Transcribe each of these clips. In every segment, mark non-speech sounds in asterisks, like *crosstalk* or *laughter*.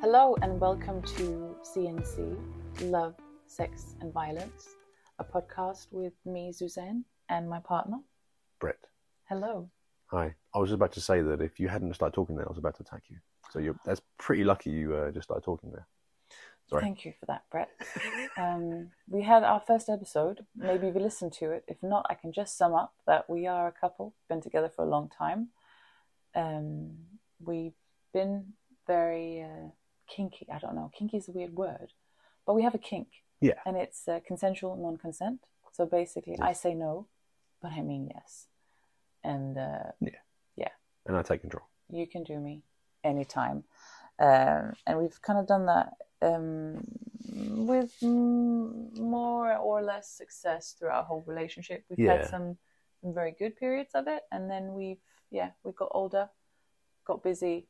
Hello and welcome to CNC Love, Sex and Violence, a podcast with me, Suzanne, and my partner. Brett. Hello. Hi. I was just about to say that if you hadn't started talking then, I was about to attack you. So you're, that's pretty lucky you uh, just started talking there. Sorry. Thank you for that, Brett. *laughs* um, we had our first episode. Maybe we listened to it. If not, I can just sum up that we are a couple, been together for a long time. Um, we've been very uh, kinky. I don't know. Kinky is a weird word, but we have a kink, Yeah. and it's uh, consensual non-consent. So basically, I Yes. say no, but I mean yes, and uh, And I take control. you can do me anytime. Um, and we've kind of done that um, with mm, more or less success through our whole relationship. We've Yeah. had some very good periods of it, and then we've, yeah, we got older, got busy,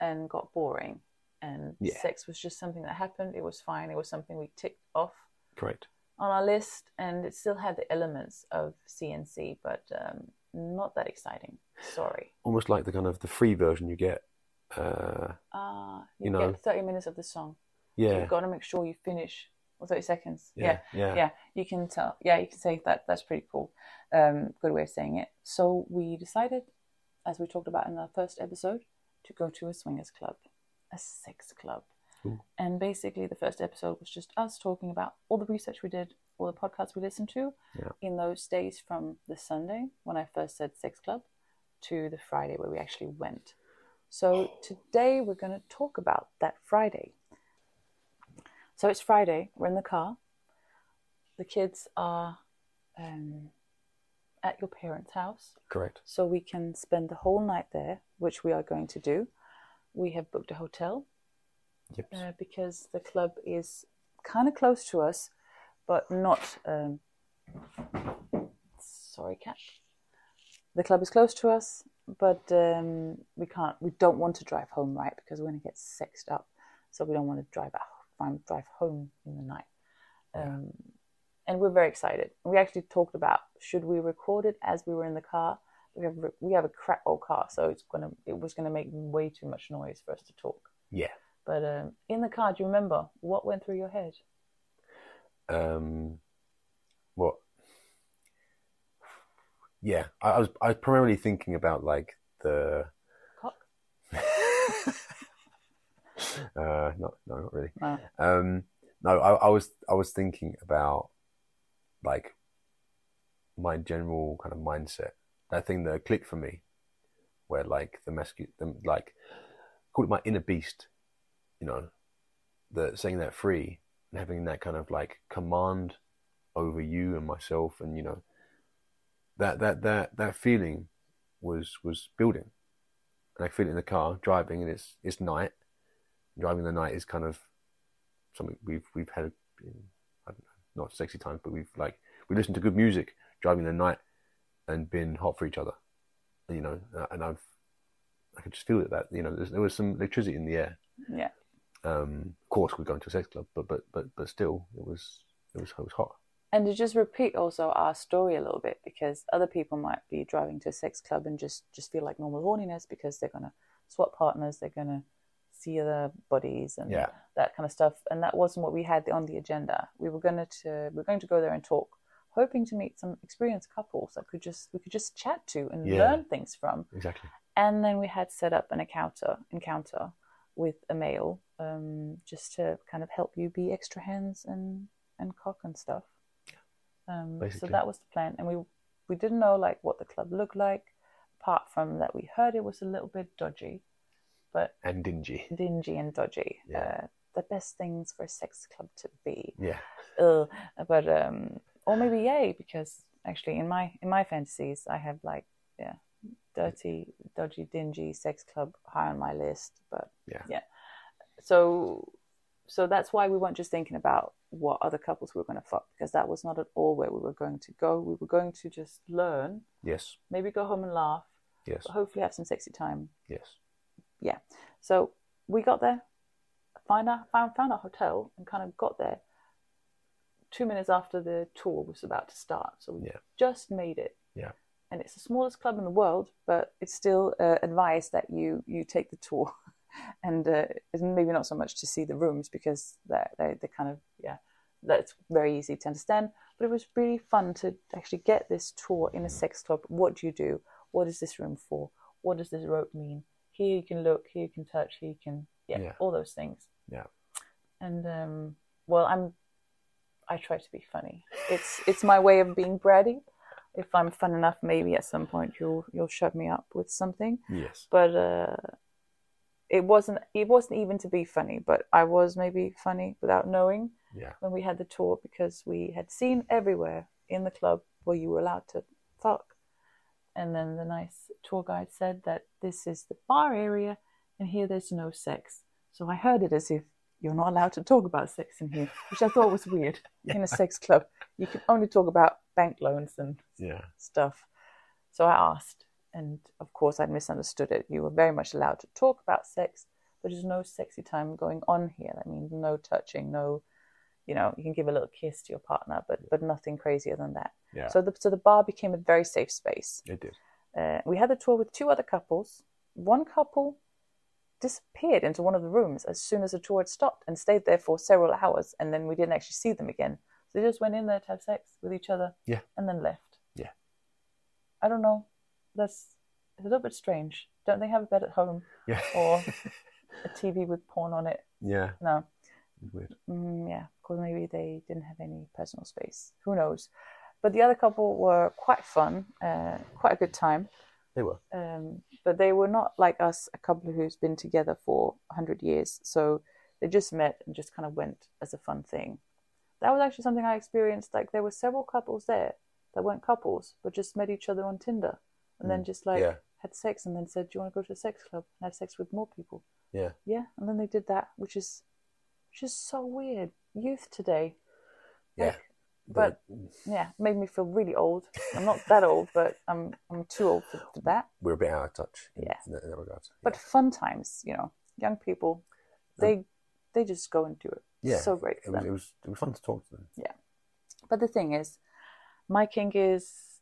and got boring. And Yeah. sex was just something that happened. It was fine. It was something we ticked off Correct. on our list, and it still had the elements of CNC, but um, not that exciting. Sorry. Almost like the kind of the free version you get. Uh, Ah, you, You know. get 30 minutes of the song. yeah. You've got to make sure you finish, or 30 seconds. Yeah. Yeah. yeah. you can tell. Yeah, you can say that. That's pretty cool. Um, good way of saying it. So we decided, as we talked about in our first episode, to go to a swingers club, a sex club. Ooh. And basically, the first episode was just us talking about all the research we did, all the podcasts we listened to Yeah. in those days from the Sunday when I first said sex club to the Friday where we actually went. So today we're going to talk about that Friday. So it's Friday, we're in the car. The kids are um, at your parents' house, Correct. so we can spend the whole night there, which we are going to do. We have booked a hotel Yep. uh, because the club is kind of close to us, but not. Um, sorry, cat. The club is close to us, but um, we can't. We don't want to drive home, right? Because we're going to get sexed up, so we don't want to drive out. find- Drive home in the night. Um, and we're very excited. We actually talked about should we record it as we were in the car. We have we have a crap old car, so it's gonna it was gonna make way too much noise for us to talk. Yeah. But um, in the car, do you remember what went through your head? Um, what? Yeah. I, I was I was primarily thinking about like the. Cock? *laughs* Uh, not no, not really. No. Um, no, I, I was I was thinking about like my general kind of mindset. That thing that clicked for me, where like the mascu the, like call it my inner beast, you know, the saying that free and having that kind of like command over you and myself, and you know, that that that that feeling was was building, and I feel it in the car driving, and it's it's night. Driving the night is kind of something we've we've had I don't know, not sexy times, but we've like we listened to good music driving the night and been hot for each other, and, you know. uh, And I've I could just feel it that you know there's- there was some electricity in the air. Yeah. Um, of course, we're going to a sex club, but but but but still, it was it was it was hot. And to just repeat also our story a little bit because other people might be driving to a sex club and just just feel like normal horniness because they're gonna swap partners, they're gonna see other bodies and Yeah. that kind of stuff. And that wasn't what we had on the agenda. We were gonna to we're going to go there and talk, hoping to meet some experienced couples that could just we could just chat to and Yeah. learn things from. Exactly. and then we had set up an encounter encounter with a male um, just to kind of help you be extra hands and and cock and stuff um, so Basically. that was the plan and we we didn't know like what the club looked like apart from that we heard it was a little bit dodgy but And dingy. dingy and dodgy Yeah. uh, the best things for a sex club to be Yeah. Ugh. uh, but um or maybe yay because actually in my in my fantasies i have like yeah dirty dodgy dingy sex club high on my list but Yeah. yeah so so that's why we weren't just thinking about what other couples we were going to fuck because that was not at all where we were going to go we were going to just learn Yes. maybe go home and laugh Yes. but hopefully have some sexy time Yes. yeah. So we got there, find our, found found our hotel, and kind of got there two minutes after the tour was about to start. So we Yeah. just made it. Yeah. And it's the smallest club in the world, but it's still uh, advised that you you take the tour and uh, it's maybe not so much to see the rooms because they're, they're, they're kind of yeah that's very easy to understand but it was really fun to actually get this tour in a sex club what do you do what is this room for what does this rope mean here you can look here you can touch here you can yeah, Yeah. all those things Yeah. and um well i'm i try to be funny it's it's my way of being bratty if i'm fun enough maybe at some point you'll you'll shut me up with something Yes. but uh, it wasn't it wasn't even to be funny but i was maybe funny without knowing Yeah. when we had the tour because we had seen everywhere in the club where you were allowed to fuck and then the nice tour guide said that this is the bar area and here there's no sex so i heard it as if you're not allowed to talk about sex in here which i thought was weird in a sex club you can only talk about bank loans and Yeah. stuff. So I asked, and of course I misunderstood it. You were very much allowed to talk about sex, but there's no sexy time going on here. That means no touching, no, you know, you can give a little kiss to your partner, but but nothing crazier than that. Yeah. So the so the bar became a very safe space. It did. Uh, we had a tour with two other couples. One couple disappeared into one of the rooms as soon as the tour had stopped and stayed there for several hours, and then we didn't actually see them again. So they just went in there to have sex with each other Yeah. and then left. Yeah. I don't know. That's it's a little bit strange. Don't they have a bed at home Yeah. or a TV with porn on it? *laughs* yeah. No. It's weird. Mm, yeah, because maybe they didn't have any personal space. Who knows? But the other couple were quite fun, uh, quite a good time They were. um, but they were not like us, a couple who's been together for 100 years. So they just met and just kind of went as a fun thing. That was actually something I experienced. Like there were several couples there that weren't couples, but just met each other on Tinder and then just like Yeah. had sex and then said, "Do you want to go to a sex club and have sex with more people?" Yeah. Yeah, and then they did that, which is which is so weird. Youth today, Yeah. but- They- yeah, made me feel really old. I'm not that old, but I'm I'm too old for, for that. we're a bit out of touch in, Yeah. in that, in that regard. but fun times you know young people they they just go and do it yeah. so great It for was, them it was it was fun to talk to them. but the thing is my kink is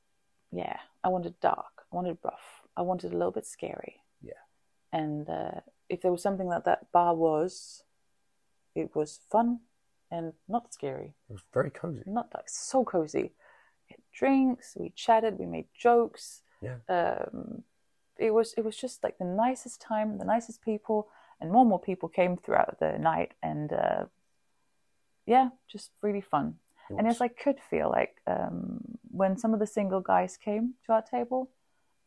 yeah i wanted dark i wanted rough i wanted a little bit scary Yeah. and uh, if there was something that that bar was it was fun and not scary It was very cozy. not like so cozy. We had drinks, we chatted, we made jokes. Yeah. Um, it was it was just like the nicest time, the nicest people, and more and more people came throughout the night, and uh, yeah, just really fun. It And was. if I could feel like um, when some of the single guys came to our table,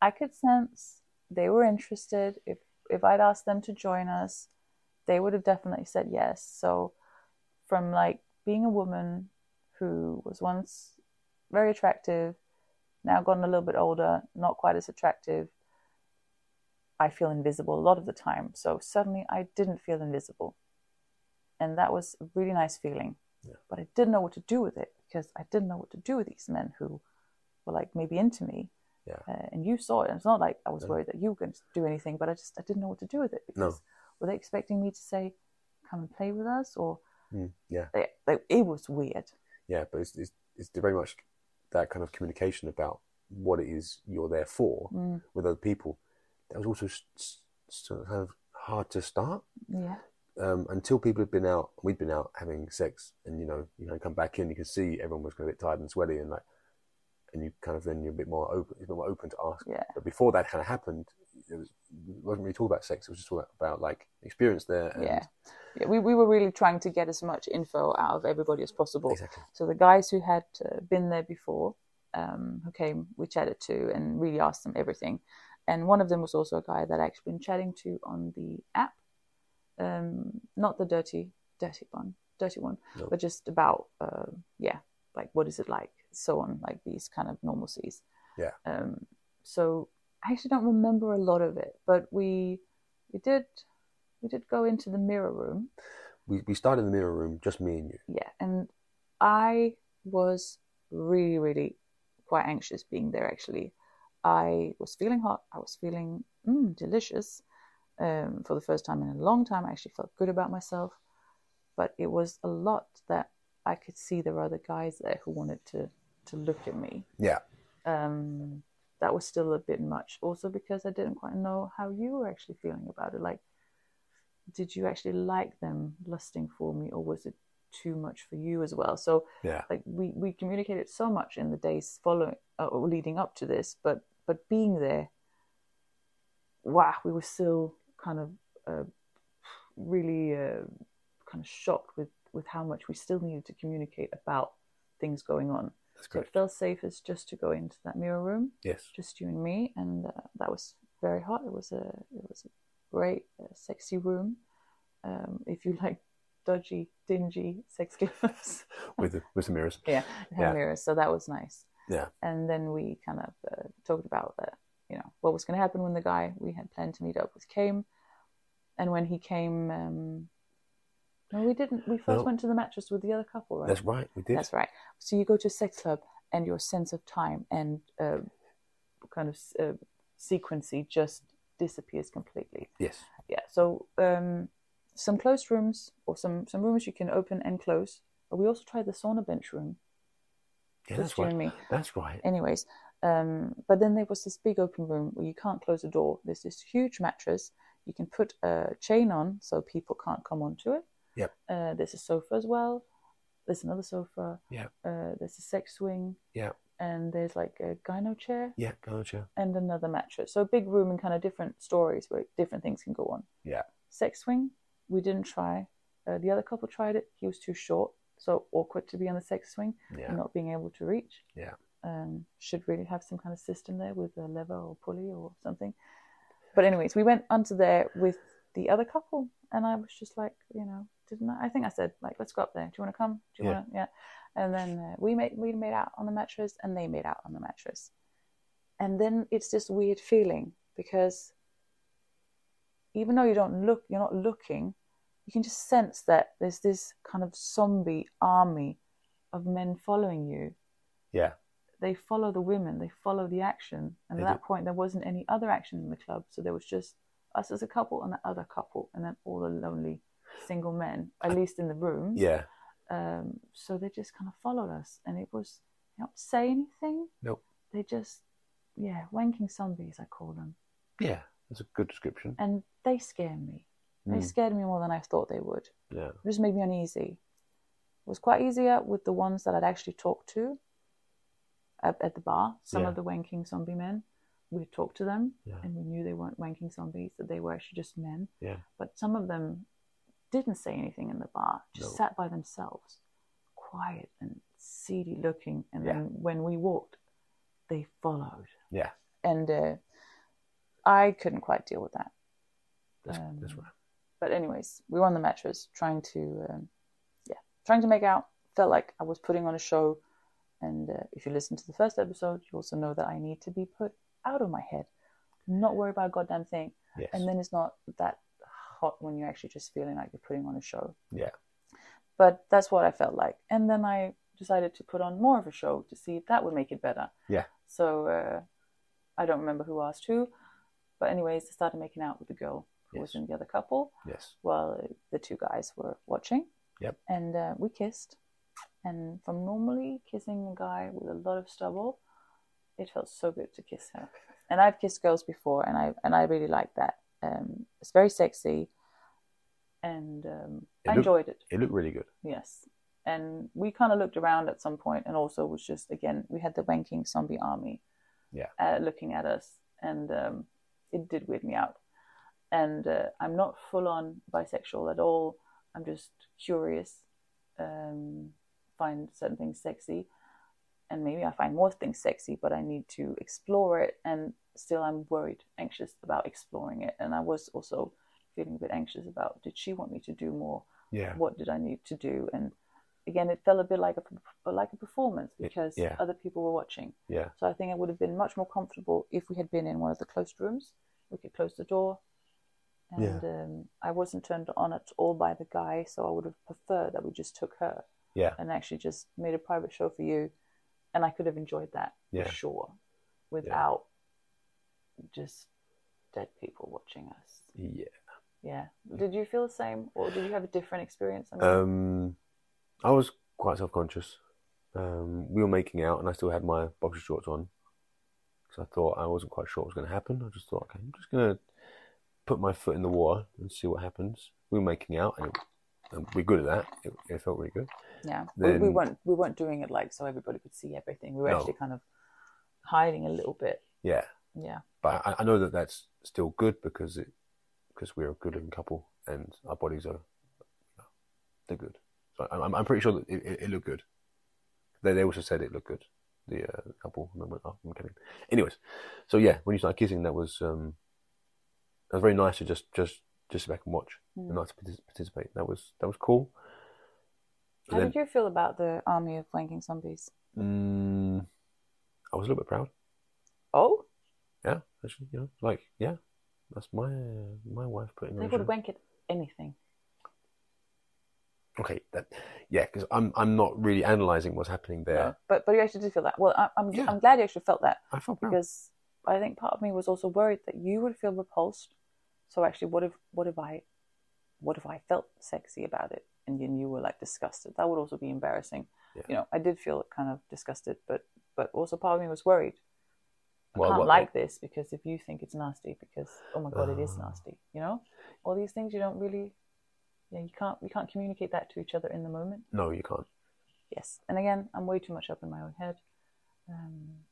I could sense they were interested. If if I'd asked them to join us, they would have definitely said yes. So from like being a woman who was once very attractive, now gotten a little bit older, not quite as attractive, I feel invisible a lot of the time. So suddenly I didn't feel invisible. And that was a really nice feeling. Yeah. But I didn't know what to do with it because I didn't know what to do with these men who were like maybe into me. Yeah. Uh, and you saw it. And it's not like I was No. worried that you were going to do anything, but I just I didn't know what to do with it No. because were they expecting me to say, come and play with us? Or Mm, yeah. they, they, it was weird. Yeah, but it's, it's it's very much that kind of communication about what it is you're there for Mm, with other people. That was also s- s- sort of kind of hard to start yeah. um, until people had been out. We'd been out having sex, and you know, you know, come back in, you can see everyone was kind of a bit tired and sweaty, and like, and you kind of then you're a bit more open, a bit more open to ask. Yeah. But before that kind of happened, it, was, it wasn't really talk about sex. It was just all about like experience there. And, yeah. yeah we, we were really trying to get as much info out of everybody as possible. Exactly. So the guys who had uh, been there before, um, who came, we chatted to and really asked them everything. And one of them was also a guy that I actually been chatting to on the app, um, not the dirty, dirty one, dirty one, No. but just about, uh, yeah, like what is it like, so on, like these kind of normalcies. Yeah. Um, so I actually don't remember a lot of it, but we we did we did go into the mirror room, We we started in the mirror room, just me and you. yeah and i was really really quite anxious being there actually i was feeling hot i was feeling mm, delicious um, for the first time in a long time i actually felt good about myself but it was a lot that i could see there were other guys there who wanted to to look at me Yeah. um, that was still a bit much also because i didn't quite know how you were actually feeling about it like did you actually like them lusting for me or was it too much for you as well so Yeah. like we we communicated so much in the days following uh, or leading up to this but but being there wow we were still kind of uh, really uh, kind of shocked with with how much we still needed to communicate about things going on That's so great. it felt safest just to go into that mirror room Yes. just you and me, and uh, that was very hot. It was a it was a great, uh, sexy room. Um, if you *laughs* like dodgy, dingy sex clubs, *laughs* With the, with some mirrors. yeah, it had Yeah. mirrors, so that was nice. Yeah. And then we kind of uh, talked about uh, you know what was going to happen when the guy we had planned to meet up with came, and when he came, um, no, we didn't. We first No. went to the mattress with the other couple, right? That's right. We did. That's right. So you go to a sex club, and your sense of time and uh, kind of uh, sequency just disappears completely. Yes. Yeah. So um, some closed rooms or some some rooms you can open and close. But we also tried the sauna bench room, Yeah, just that's you right. and me. That's right. Anyways, um, but then there was this big open room where you can't close the door. There's this huge mattress. You can put a chain on so people can't come onto it. Yep. Uh, there's a sofa as well. There's another sofa. Yep. Uh, there's a sex swing. Yep. And there's like a gyno chair Yeah. Gotcha. and another mattress. So a big room and kind of different stories where different things can go on. Yeah. Sex swing, we didn't try. Uh, the other couple tried it. He was too short, so awkward to be on the sex swing Yeah. and not being able to reach. Yeah. Um, should really have some kind of system there with a lever or pulley or something. But anyways, we went onto there with the other couple, and I was just like, you know, didn't I? I think I said like, let's go up there. Do you want to come? Do you Yeah. want to? Yeah. And then uh, we made we made out on the mattress, and they made out on the mattress, and then it's this weird feeling because even though you don't look, you're not looking, you can just sense that there's this kind of zombie army of men following you. Yeah. They follow the women, they follow the action. And They at that point, there wasn't any other action in the club. So there was just us as a couple and the other couple, and then all the lonely single men, at least in the room. Yeah. Um, so they just kind of followed us, and it was, they don't say anything. Nope. They just, yeah, wanking zombies, I call them. Yeah. That's a good description. And they scare me. They Mm. scared me more than I thought they would. Yeah. It just made me uneasy. It was quite easier with the ones that I'd actually talked to at, at the bar. Some Yeah. of the wanking zombie men, we talked to them Yeah. and we knew they weren't wanking zombies, that they were actually just men. Yeah. But some of them didn't say anything in the bar, just No. sat by themselves, quiet and seedy looking. And Yeah. then when we walked, they followed. Yeah. And uh, I couldn't quite deal with that. That's, Um, that's right. But anyways, we were on the mattress trying to, um, yeah, trying to make out. Felt like I was putting on a show, and uh, if you listen to the first episode, you also know that I need to be put out of my head, not worry about a goddamn thing. Yes. And then it's not that hot when you're actually just feeling like you're putting on a show. Yeah. But that's what I felt like, and then I decided to put on more of a show to see if that would make it better. Yeah. So uh, I don't remember who asked who, but anyways, I started making out with the girl who was Yes. in the other couple Yes. while the two guys were watching. Yep. And uh, we kissed. And from normally kissing a guy with a lot of stubble, it felt so good to kiss her. And I've kissed girls before, and I and I really like that. Um, it's very sexy, and um, It I looked- enjoyed it. It looked really good. Yes. And we kind of looked around at some point and also was just, again, we had the wanking zombie army Yeah. uh, looking at us. And um, it did weird me out. And uh, I'm not full on bisexual at all. I'm just curious, um, find certain things sexy. And maybe I find more things sexy, but I need to explore it. And still, I'm worried, anxious about exploring it. And I was also feeling a bit anxious about did she want me to do more? Yeah. what did I need to do? And again, it felt a bit like a like a performance Y- because yeah. other people were watching. Yeah. So I think I would have been much more comfortable if we had been in one of the closed rooms. We could close the door, and um, I wasn't turned on at all by the guy, so I would have preferred that we just took her Yeah. and actually just made a private show for you, and I could have enjoyed that Yeah. for sure without just dead people watching us. Yeah. Yeah. Did you feel the same, or did you have a different experience? I mean, Um, I was quite self-conscious. Um, we were making out, and I still had my boxer shorts on because I thought I wasn't quite sure what was going to happen. I just thought, okay, I'm just going to put my foot in the water and see what happens. we were making out, and, it, and we're good at that. It, it felt really good. Yeah, we, we Then- weren't we weren't doing it like so everybody could see everything. We were No. actually kind of hiding a little bit. Yeah, Yeah, but I, I know that that's still good because it because we're a good-looking couple and our bodies are they're good. So I'm- I'm I'm pretty sure that it, it, it looked good. They they also said it looked good. The uh, couple. And I went, oh, I'm kidding. Anyways, so yeah, when you start kissing, that was um, that was very nice to just just just sit back and watch Mm. and not to partic- participate. That was that was cool. how And then, did you feel about the army of flanking zombies? mm, I was a little bit proud. Oh, Yeah, actually, you know, like yeah, that's my uh, my wife putting. they those would in. wank at anything. Okay, that yeah, because I'm I'm not really analyzing what's happening there. No, but but you actually did feel that. Well, I, I'm Yeah. I'm glad you actually felt that I felt proud. because I think part of me was also worried that you would feel repulsed. So actually, what if what if I, what if I felt sexy about it and then you were like disgusted? That would also be embarrassing. Yeah. You know, I did feel kind of disgusted, but but also part of me was worried. I Well, can't what- like this because if you think it's nasty, because oh my god, it is Ah. nasty. You know, all these things you don't really, you know, you can't you can't communicate that to each other in the moment. no, you can't. Yes, and again, I'm way too much up in my own head. Um,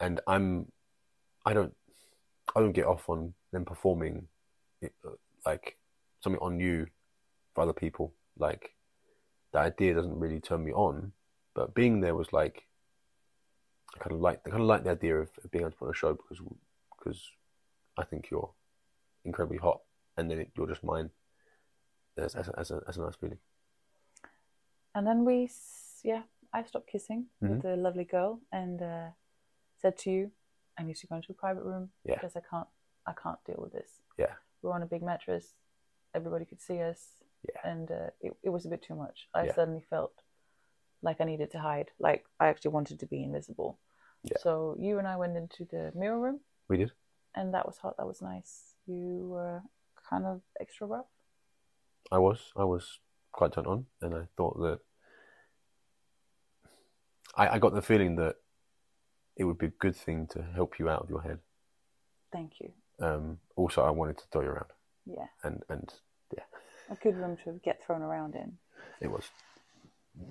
And I'm I don't I don't get off on them performing it, uh, like something on you for other people. Like the idea doesn't really turn me on, but being there was like I kind of like I kind of like the idea of, of being able to put on a show because because I think you're incredibly hot, and then it, you're just mine. That's, that's, a- that's, a, that's a nice feeling. And then we, s- yeah, I stopped kissing Mhm. with the lovely girl and uh, said to you, "I need to go into a private room Yeah. because I can't, I can't deal with this." Yeah. we were on a big mattress; everybody could see us, Yeah. and uh, it, it was a bit too much. I Yeah. suddenly felt like I needed to hide, like I actually wanted to be invisible. Yeah. So you and I went into the mirror room, We did. and that was hot. That was nice. You were kind of extra rough. I was. I was quite turned on, and I thought that I, I got the feeling that it would be a good thing to help you out of your head. Thank you. Um, also, I wanted to throw you around, Yeah, and and a good room to get thrown around in. it was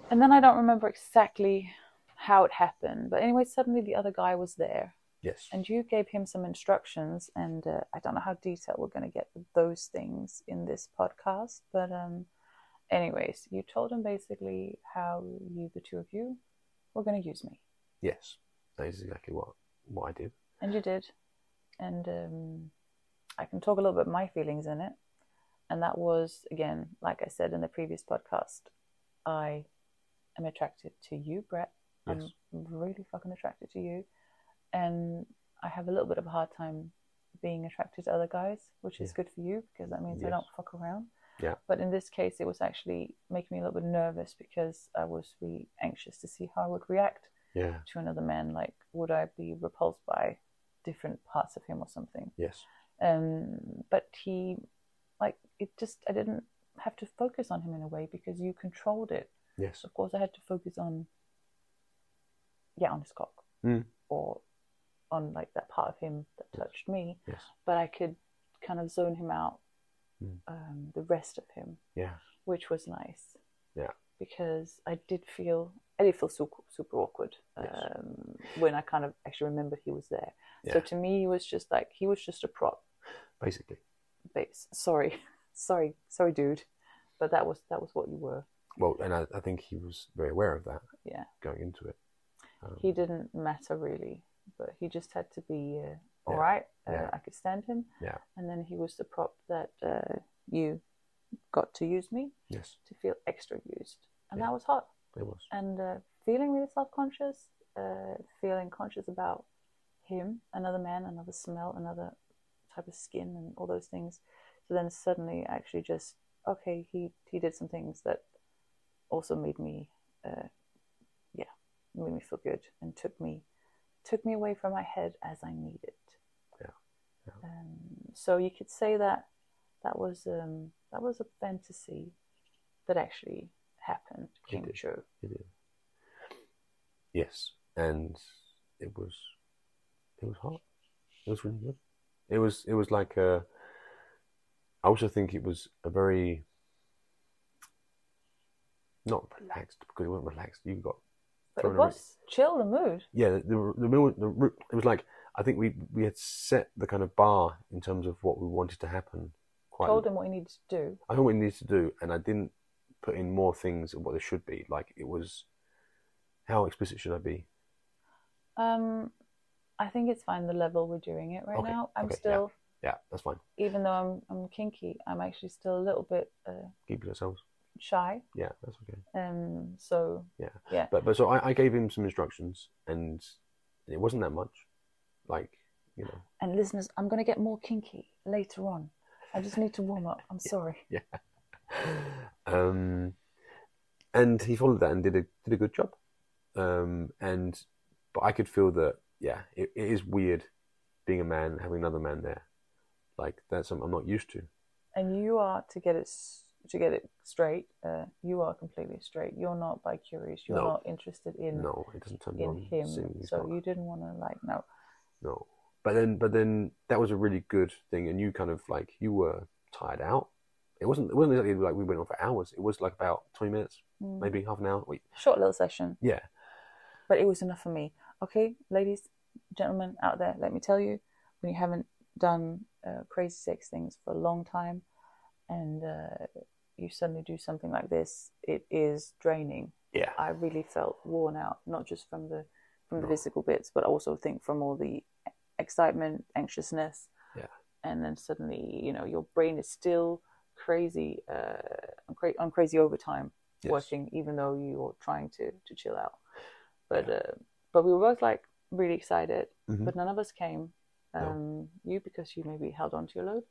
And then I don't remember exactly how it happened, but anyway, suddenly the other guy was there, yes, and you gave him some instructions. And uh, I don't know how detailed we're going to get with those things in this podcast, but um, anyways, you told him basically how you, the two of you, were going to use me, yes. That is exactly what what I did. and you did. And um, I can talk a little bit my feelings in it, and that was again, like I said in the previous podcast, I am attracted to you, Brett. Yes, I'm really fucking attracted to you. And I have a little bit of a hard time being attracted to other guys, which is Yeah. good for you because that means I Yes. don't fuck around. Yeah. But in this case, it was actually making me a little bit nervous because I was really anxious to see how I would react yeah, to another man. Like, would I be repulsed by different parts of him or something? yes, Um, but he, like, it just, I didn't have to focus on him in a way because you controlled it yes. of course I had to focus on yeah on his cock Mm. or on like that part of him that touched me Yes. but I could kind of zone him out Mm. um, the rest of him Yeah, which was nice Yeah. because I did feel I did feel super, super awkward Yes. um, when I kind of actually remembered he was there so Yeah. to me he was just like he was just a prop basically. base sorry *laughs* sorry sorry dude but that was that was what you were Well, and I, I think he was very aware of that. Yeah. going into it. Um, he didn't matter really, but he just had to be uh, all Yeah, right. Uh, yeah. I could stand him. Yeah. And then he was the prop that uh, you got to use me Yes, to feel extra used, and Yeah. that was hot. it was. And uh, feeling really self conscious, uh, feeling conscious about him, another man, another smell, another type of skin, and all those things. So then suddenly, actually, just okay, he he did some things that also made me, uh, yeah, made me feel good and took me took me away from my head as I needed. Yeah, yeah. Um, so you could say that that was um, that was a fantasy that actually happened It came did. true. It is. Yes, and it was, it was hot. It was really good. It was, it was like a, I also think it was a very not relaxed because it wasn't relaxed. You got But it thrown a re- was chill the mood. yeah. The the, the, meal- the ru- it was like I think we we had set the kind of bar in terms of what we wanted to happen. Quite Told him what he needed to do. I know what it needs to do, and I didn't put in more things of what there should be. Like it was, how explicit should I be? Um, I think it's fine the level we're doing it right Okay, now. I'm okay, yeah. still, Yeah, that's fine. even though I'm I'm kinky, I'm actually still a little bit uh, Keep it ourselves. shy. Yeah, that's okay. Um, so But but so I, I gave him some instructions, and it wasn't that much. Like you know, and listeners, I'm going to get more kinky later on. I just need to warm up. I'm sorry. *laughs* um, and he followed that and did a did a good job. Um, and but I could feel that yeah, it, it is weird being a man having another man there. Like that's something I'm not used to. And you are to get it s- to get it straight. Uh, you are completely straight. You're not bi curious. You're No. not interested in No, it doesn't turn me in on. him. seeing he's So not. you didn't want to like no. No. But then, but then that was a really good thing, and you kind of like you were tired out. It wasn't. It wasn't exactly like we went on for hours. It was like about twenty minutes, Mm. maybe half an hour. Wait, Short little session. yeah, but it was enough for me. Okay, ladies, gentlemen out there, let me tell you, when you haven't done uh, crazy sex things for a long time, and uh, you suddenly do something like this, it is draining. yeah, I really felt worn out, not just from the from the No. physical bits, but also think from all the excitement, anxiousness, Yeah. and then suddenly, you know, your brain is still crazy uh, on, cra- on crazy overtime yes. watching, even though you're trying to to chill out. But uh, but we were both like really excited, Mhm. but none of us came. No. Um, You because you maybe held on to your load,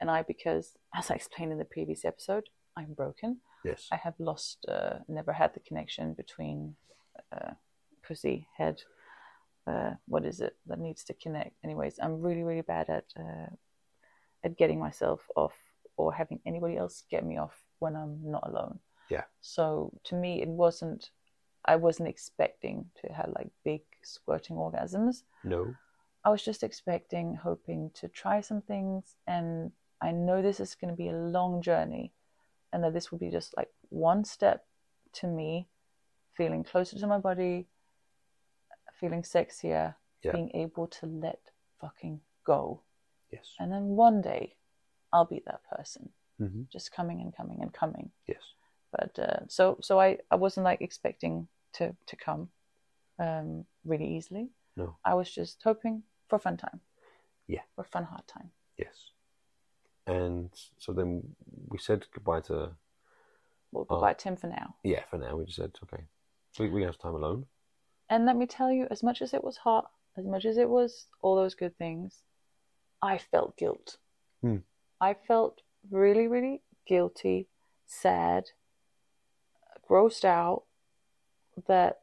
and I because, as I explained in the previous episode, I'm broken. yes, I have lost, uh, never had the connection between uh, pussy head. Uh, what is it that needs to connect? Anyways, I'm really really bad at uh, at getting myself off or having anybody else get me off when I'm not alone. Yeah. So to me, it wasn't. I wasn't expecting to have like big squirting orgasms. no, I was just expecting, hoping to try some things. And I know this is going to be a long journey and that this will be just like one step to me feeling closer to my body, feeling sexier, Yeah. being able to let fucking go. yes, And then one day I'll be that person, hmm just coming and coming and coming. yes, But uh, so, so I, I wasn't like expecting to, to come um, really easily. no, I was just hoping for a fun time. Yeah. For a fun, hard time. yes. And so then we said goodbye to We'll Oh. goodbye to him for now. yeah. For now, we just said okay, we we have time alone. And let me tell you, as much as it was hot, as much as it was all those good things, I felt guilt. Hmm. I felt really, really guilty, sad, grossed out that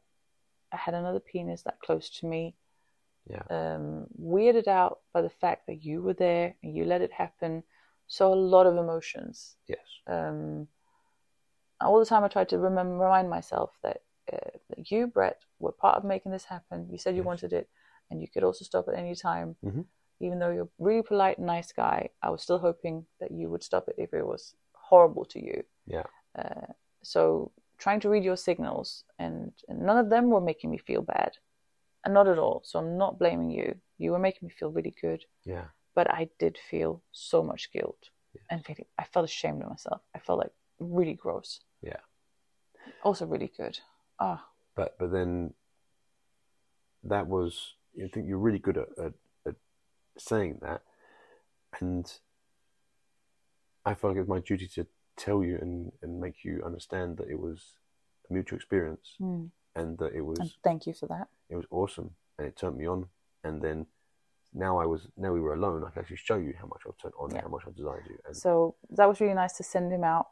I had another penis that close to me. Yeah. Um, weirded out by the fact that you were there and you let it happen. So a lot of emotions. Yes, um, all the time I tried to remem remind myself that, uh, that you, Brett, were part of making this happen. You said you Yes. wanted it, and you could also stop at any time. Mhm. Even though you're a really polite, and nice guy, I was still hoping that you would stop it if it was horrible to you. Yeah. Uh, so trying to read your signals, and, and none of them were making me feel bad, and not at all. So I'm not blaming you. You were making me feel really good yeah, but I did feel so much guilt Yes. and feeling I felt ashamed of myself. I felt like really gross. Yeah. Also really good. Ah, but but then that was I think you're really good at, at, at saying that, and I felt like it was my duty to tell you and, and make you understand that it was a mutual experience and that it was and thank you for that. it was awesome and it turned me on and then now I was now we were alone I could actually show you how much I was turned on Yeah. and how much I desired you and So that was really nice to send him out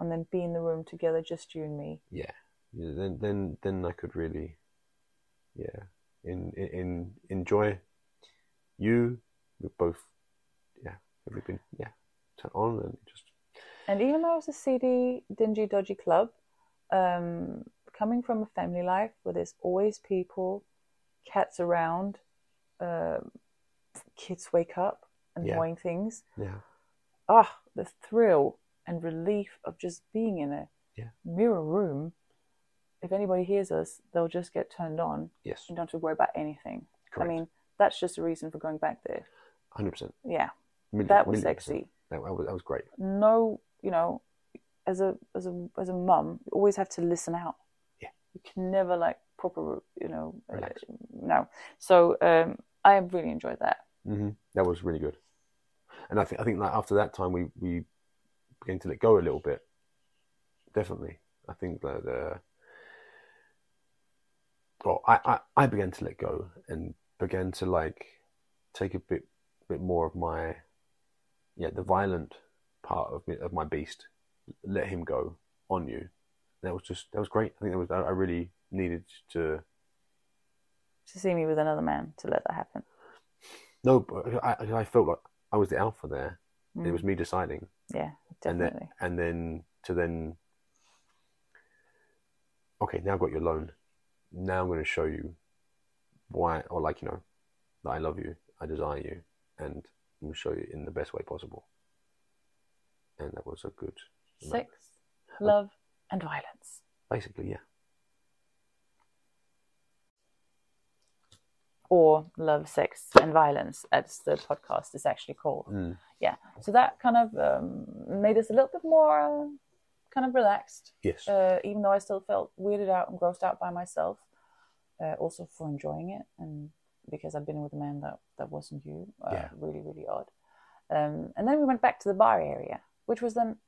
and then be in the room together, just you and me. yeah Yeah, then then then I could really yeah in in- in enjoy you we both yeah we've been yeah turned on and just And even though I was a seedy, dingy, dodgy club, um, coming from a family life where there's always people, cats around, um, kids wake up, Yeah. annoying things, yeah ah, the thrill and relief of just being in a Yeah. mirror room. If anybody hears us, they'll just get turned on. Yes, You don't have to worry about anything. correct. I mean, that's just a reason for going back there. hundred percent. Yeah, that was sexy. That, that was that was great. No, you know, as a as a as a mum, you always have to listen out. Yeah. you can never like proper, you know, uh, Relax. no. So um, I really enjoyed that. hmm That was really good. And I think I think like after that time we we began to let go a little bit. Definitely, I think that uh, well, I, I I began to let go and began to like take a bit bit more of my yeah the violent part of me, of my beast. Let him go on you. That was just that was great. I think that was I, I really needed to To see me with another man to let that happen. no, but I I felt like I was the alpha there. It Mm. was me deciding. Yeah, and Mm, definitely. then and then to then okay now i've got your loan now i'm going to show you why or like you know that i love you i desire you and i'm going to show you in the best way possible and that was a good Sex, love, and violence. basically yeah Or love, sex, and violence, as the podcast is actually called. Mm. Yeah. So that kind of um, made us a little bit more uh, kind of relaxed, yes uh, even though I still felt weirded out and grossed out by myself, uh, also for enjoying it and because I'd been with a man that, that wasn't you. Uh, Yeah. Really, really odd. Um, and then we went back to the bar area, which was then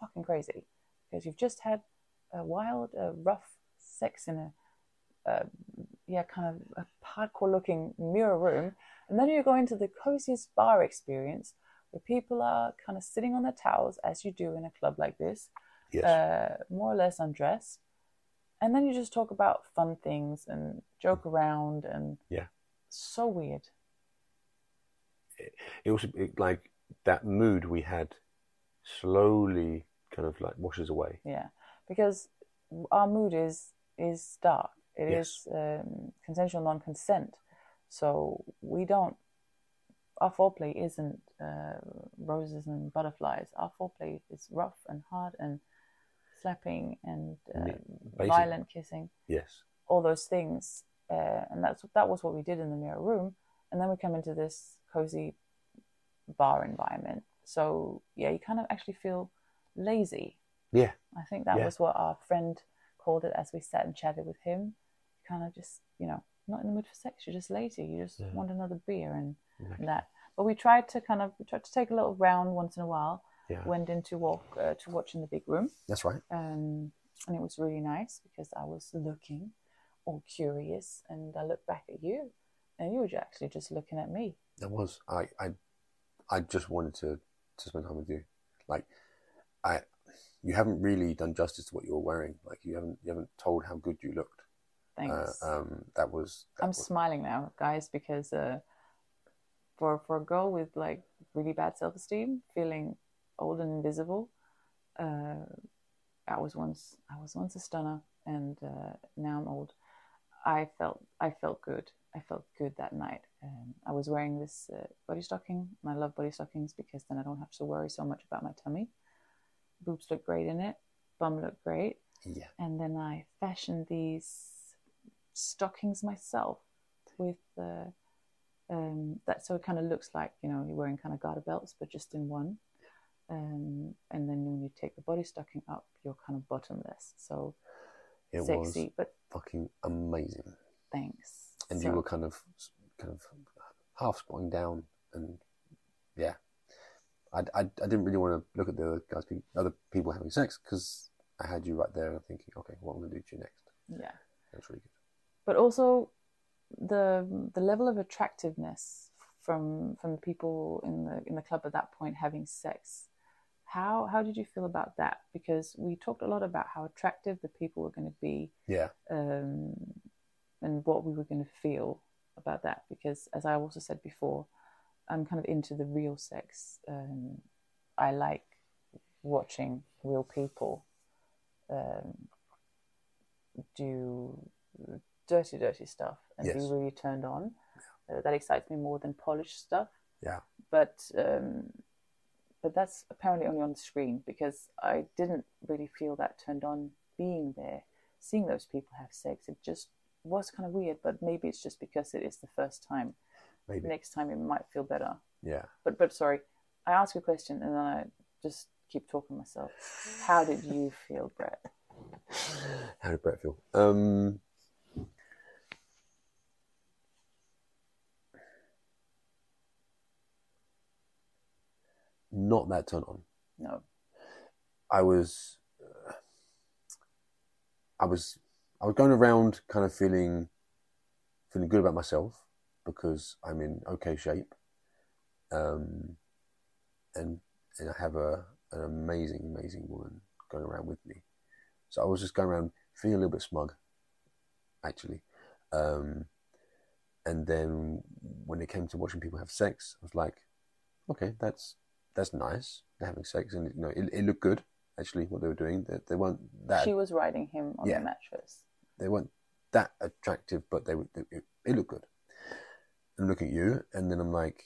fucking crazy because you've just had a wild, uh, rough sex in a uh, yeah, kind of a hardcore looking mirror room. And then you go into the coziest bar experience where people are kind of sitting on their towels as you do in a club like this, yes uh, more or less undressed. And then you just talk about fun things and joke around and Yeah. so weird. it also it, like that mood we had slowly kind of like washes away Yeah, because our mood is is dark. It Yes. is um, consensual non-consent. So we don't. Our foreplay isn't uh, roses and butterflies. Our foreplay is rough and hard and slapping and uh, Basically. violent kissing. yes All those things, uh, and that's that was what we did in the mirror room. And then we come into this cozy bar environment. So yeah, you kind of actually feel lazy yeah I think that Yeah. was what our friend called it as we sat and chatted with him. Kind of just, you know, not in the mood for sex. You're just lazy. You just Yeah. want another beer and, Exactly. and that. But we tried to kind of we tried to take a little round once in a while. yeah Went in to walk uh, to watch in the big room, that's right um, and it was really nice because I was looking all curious, and I looked back at you, and you were actually just looking at me. That was I, I I just wanted to to spend time with you. Like I you haven't really done justice to what you were wearing. Like you haven't you haven't told how good you looked. Uh, Thanks. um that was that I'm was- smiling now, guys, because uh, for for a girl with like really bad self esteem, feeling old and invisible, uh, I was once I was once a stunner, and uh, now I'm old. I felt I felt good. I felt good that night. Um, I was wearing this uh, body stocking, and I love body stockings because then I don't have to worry so much about my tummy. Boobs look great in it. Bum looked great yeah. and then I fashioned these stockings myself with the um, that so it kind of looks like you know you're wearing kind of garter belts but just in one um, and then when you take the body stocking up you're kind of bottomless so It sexy was but fucking amazing. thanks And So- you were kind of kind of half squatting down and yeah. I, I, I didn't really want to look at the other guys, pe- other people having sex because I had you right there and thinking, okay, what am I going to do to you next? yeah That's really good. but also the the level of attractiveness from from people in the in the club at that point having sex how how did you feel about that because we talked a lot about how attractive the people were going to be Yeah, um, and what we were going to feel about that because as i also said before i'm kind of into the real sex um, i like watching real people um, do dirty dirty stuff and be Yes. really turned on uh, that excites me more than polished stuff Yeah. but um, but that's apparently only on the screen because I didn't really feel that turned on being there, seeing those people have sex. It just was kind of weird, but maybe it's just because it is the first time. Maybe. Next time it might feel better. Yeah. But but sorry, I ask a question and then I just keep talking to myself. How did you feel, Brett? *sighs* How did Brett feel? Um, not that turn on. No, I was, uh, I was, I was going around kind of feeling, feeling good about myself because I'm in okay shape, um, and and I have a an amazing, amazing woman going around with me. So I was just going around feeling a little bit smug, actually. Um, and then when it came to watching people have sex, I was like, okay, that's that's nice. They're having sex, and you know, it, it looked good actually what they were doing. They, they weren't that she was riding him on Yeah. the mattress. they weren't that attractive, but they, were- they it, it looked good. And look at you, and then I'm like,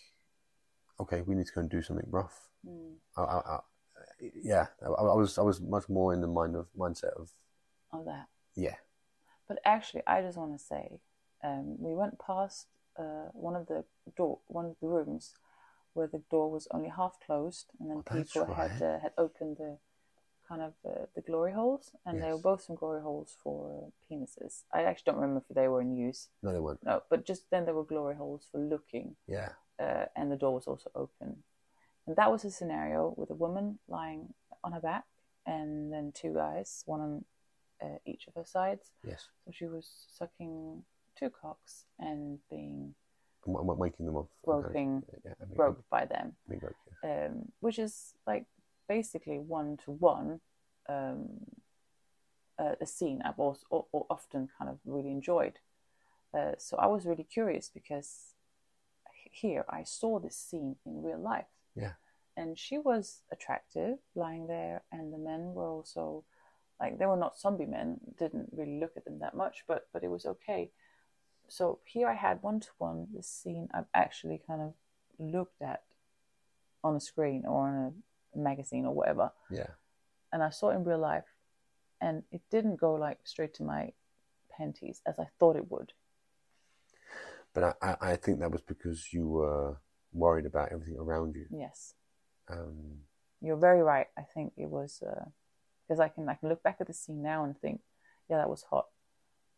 okay, we need to go and do something rough. Mm. I, I, I, yeah, I, I was I was much more in the mind of mindset of Oh, that. yeah, But actually, I just want to say, um, we went past uh, one of the door, one of the rooms, where the door was only half closed, and then Oh, that's people had uh, had opened the kind of uh, the glory holes, and they were Yes. both some glory holes for penises. I actually don't remember if they were in use. no, they weren't. No, but just then there were glory holes for looking, Yeah, uh, and the door was also open. And that was a scenario with a woman lying on her back, and then two guys, one on uh, each of her sides. yes, So she was sucking two cocks and being I'm, I'm waking them off. groping, Okay. Yeah, I mean, groped by them, I mean, rope, yeah. um, which is like basically one to one a scene I've also or, or often kind of really enjoyed. Uh, so I was really curious because h- here I saw this scene in real life. Yeah. And she was attractive lying there, and the men were also like they were not zombie men, didn't really look at them that much, but but it was okay. So here I had one to one this scene I've actually kind of looked at on a screen or on a magazine or whatever Yeah, and I saw it in real life, and it didn't go like straight to my panties as I thought it would. but I, I, I think that was because you were worried about everything around you. Yes, Um, you're very right. I think it was uh, because I can I can look back at the scene now and think, yeah, that was hot,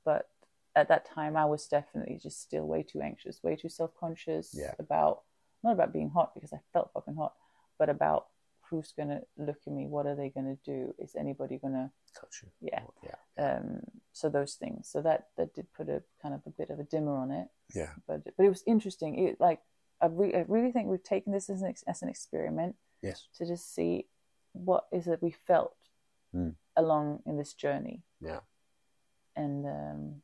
but at that time I was definitely just still way too anxious, way too self conscious Yeah. about not about being hot because I felt fucking hot, but about who's gonna look at me, what are they gonna do, is anybody gonna touch you. yeah. yeah, um, so those things. So that that did put a kind of a bit of a dimmer on it. yeah, but but it was interesting. It like I, re- I really think we've taken this as an ex- as an experiment yes, to just see what is it we felt Mm. along in this journey. Yeah. And um,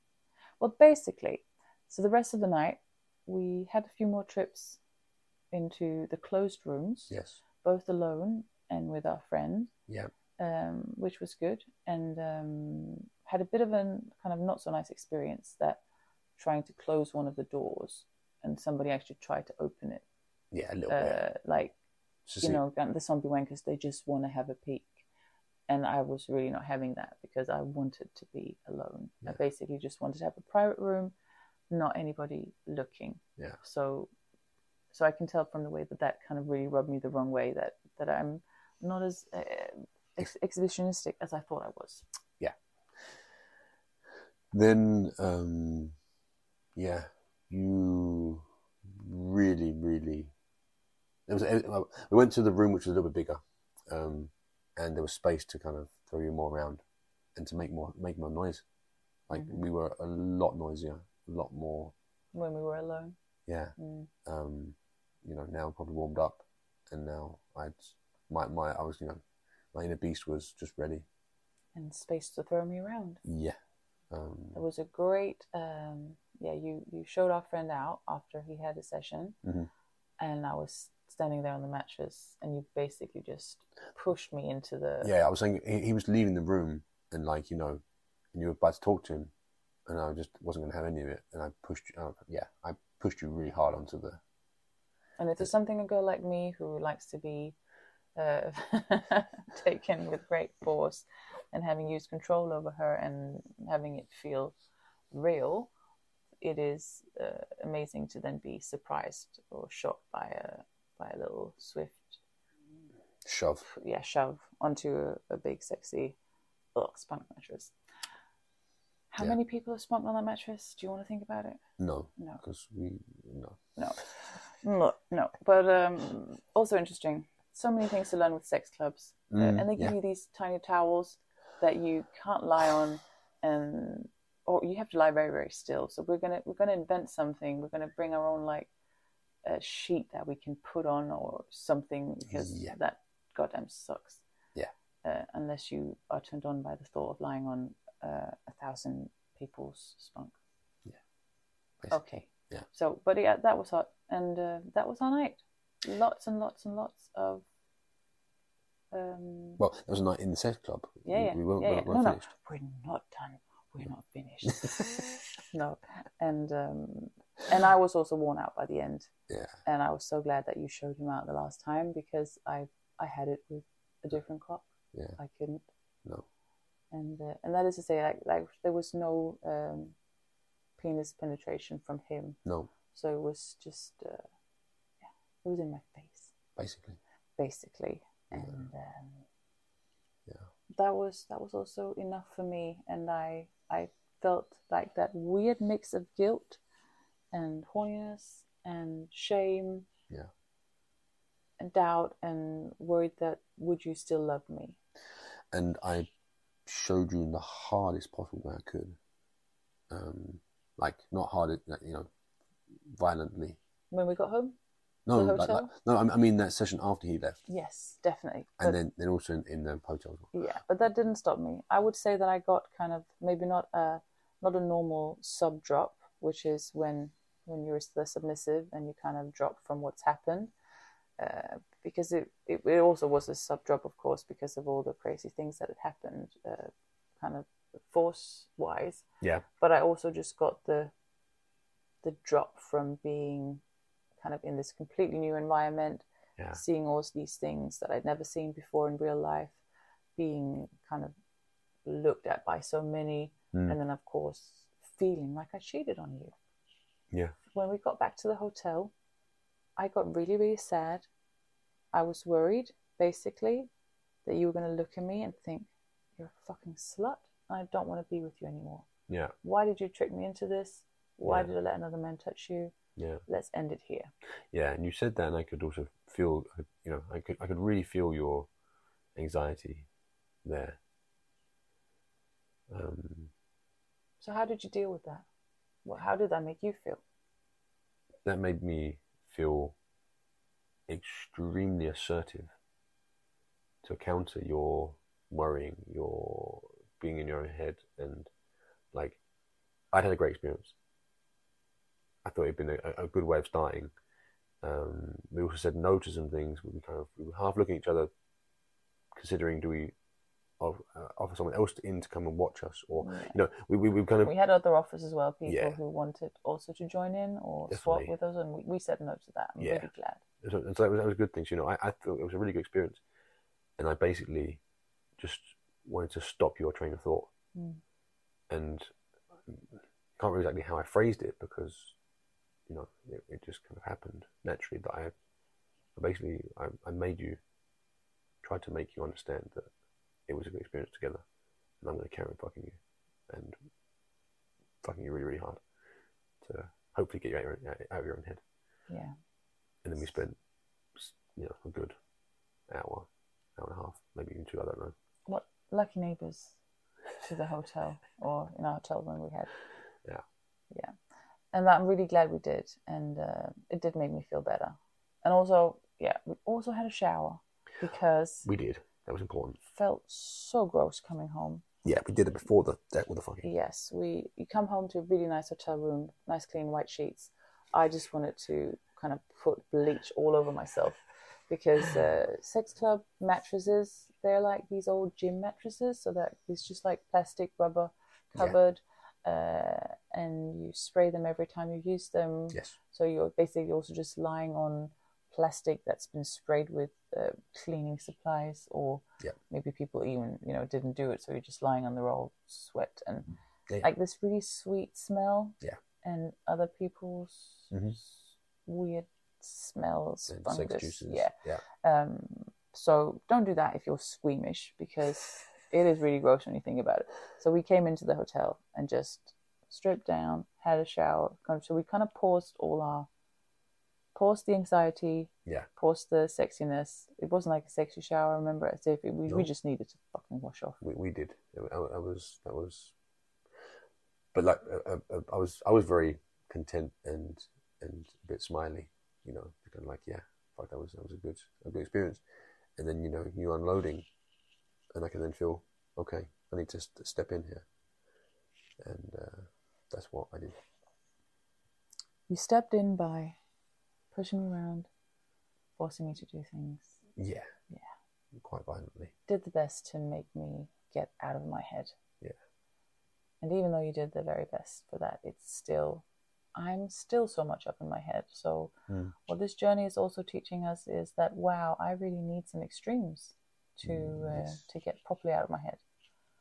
well, basically, so the rest of the night we had a few more trips into the closed rooms, yes, both alone and with our friend yeah. um, which was good, and um, had a bit of a kind of not so nice experience that trying to close one of the doors and somebody actually tried to open it. Oh, Yeah, a little bit. Uh, like, So you see- know, the zombie wankers, they just want to have a peek. And I was really not having that because I wanted to be alone. I Yeah. basically just wanted to have a private room, not anybody looking. Yeah. So, so I can tell from the way that that kind of really rubbed me the wrong way that that I'm not as uh, ex- exhibitionistic as I thought I was. then um yeah you really really it was it- well, we went to the room which was a little bit bigger um and there was space to kind of throw you more around and to make more make more noise like Mhm. we were a lot noisier a lot more when we were alone. yeah Mm. um you know now probably warmed up and now i'd my my i was you know my inner beast was just ready And space to throw me around. yeah um It was a great. Um, yeah, you you showed our friend out after he had a session, Mhm. and I was standing there on the mattress, and you basically just pushed me into the. Yeah, I was saying he, he was leaving the room, and like you know, and you were about to talk to him, and I just wasn't going to have any of it, and I pushed. you- Uh, yeah, I pushed you really hard onto the. And if there's something a girl like me who likes to be her *laughs* taken with great force and having used control over her and having it feel real, it is uh, amazing to then be surprised or shocked by a by a little swift Shove. yeah shove onto a, a big sexy ugh, spunk mattress. How Yeah. many people have spunked on that mattress? Do you want to think about it? No, No. because we no. no, no, no. But um, also interesting. So many things to learn with sex clubs, Uh, Mm, and they give yeah. you these tiny towels that you can't lie on, and or you have to lie very, very still. So we're gonna we're gonna invent something. We're gonna bring our own like a sheet that we can put on or something because Yeah. that goddamn sucks. Yeah. Uh, unless you are turned on by the thought of lying on uh, a thousand people's spunk. basically. Okay. Yeah. So, but yeah, that was hot, and uh, that was our night. Lots and lots and lots of. Um, Well, that was a night in the sex club. yeah, We- yeah, we weren't, yeah, yeah. weren't, No, weren't no, finished. we're not done. We're not finished. *laughs* no, and um, and I was also worn out by the end, Yeah, and I was so glad that you showed him out the last time because I I had it with a different clock. Yeah. I couldn't no, and uh, and that is to say, like like there was no um, penis penetration from him, no, so it was just uh, yeah, it was in my face basically. basically, Yeah. and um, Yeah. that was that was also enough for me, and I I felt like that weird mix of guilt and horniness and shame, Yeah. and doubt and worried that would you still love me? And I showed you in the hardest possible way I could. Um, like not hard, like, you know, violently. When we got home, No, The like, like, hotel? no. I I mean that session after he left, yes, definitely. and But- then then also in, in the hotel. as well. yeah but that didn't stop me i would say that i got kind of maybe not a not a normal sub drop which is when when you're the submissive and you kind of drop from what's happened uh, because it, it it also was a sub drop of course because of all the crazy things that had happened uh, kind of force wise Yeah. but i also just got the the drop from being kind of in this completely new environment Yeah. seeing all these things that I'd never seen before in real life, being kind of looked at by so many, Mm. and then of course feeling like I cheated on you. Yeah. When we got back to the hotel, I got really, really sad. I was worried, basically, that you were going to look at me and think, "You're a fucking slut. I don't want to be with you anymore. Yeah, Why did you trick me into this? Why Yeah. did I let another man touch you? yeah, Let's end it here." yeah. And you said that, and I could also feel, you know, I could, I could really feel your anxiety there. Um, So how did you deal with that? What, how did that make you feel? that made me feel extremely assertive to counter your worrying, your being in your own head, and like I'd had a great experience. I thought it'd been a, a good way of starting. Um, we also said no to some things. We were kind of we were half looking at each other, considering do we of- uh, offer someone else in to come and watch us, or you know, we we, we kind of We had other offers as well, people Yeah. who wanted also to join in or swap Definitely. with us, and we, we said no to that. I'm Yeah. really glad. so, and so that was, that was good things. You know, I, I thought it was a really good experience, and I basically just wanted to stop your train of thought, Mm. and can't remember exactly how I phrased it because you know it, it just kind of happened naturally that I, I basically I, I made you tried to make you understand that it was a good experience together, and I'm going to carry on fucking you, and fucking you really really hard to hopefully get you out of your, own- out of your own head Yeah. and then we spent you know a good hour hour and a half maybe even two i don't know What lucky neighbours to the hotel or in our hotel room we had. Yeah. Yeah. And that I'm really glad we did. And uh, it did make me feel better. And also, yeah, we also had a shower because we did that was important felt so gross coming home. yeah we did it before the that with the fucking Yes, we you come home to a really nice hotel room, nice clean white sheets. I just wanted to kind of put bleach all over myself because uh, sex club mattresses they're like these old gym mattresses, so that it's just like plastic rubber Yeah. covered, uh, and you spray them every time you use them. yes So you're basically also just lying on plastic that's been sprayed with uh, cleaning supplies, or Yeah. maybe people even you know didn't do it, so you're just lying on the roll, sweat, and Yeah. like this really sweet smell, Yeah. and other people's Mhm. weird smells, and fungus, sex juices. yeah. yeah. Um, so don't do that if you're squeamish because it is really gross when you think about it. So we came into the hotel and just stripped down, had a shower. kind of- So we kind of paused all our, paused the anxiety, Yeah. paused the sexiness. It wasn't like a sexy shower. I remember it. So if it, we, No. we just needed to fucking wash off. we, we did. It, I, I was that was, but like uh, uh, uh, I was I was very content and and a bit smiley, you know, kind of like yeah, fuck that was that was a good a good experience, and then you know you unloading, and I can then feel okay, I need to st- step in here, and uh, that's what I did. You stepped in by pushing me around, forcing me to do things. Yeah, Yeah. quite violently. did the best to make me get out of my head. Yeah. And even though you did the very best for that, it's still, I'm still so much up in my head. So, Mm. what this journey is also teaching us is that, wow, I really need some extremes to Mm, uh, yes. to get properly out of my head.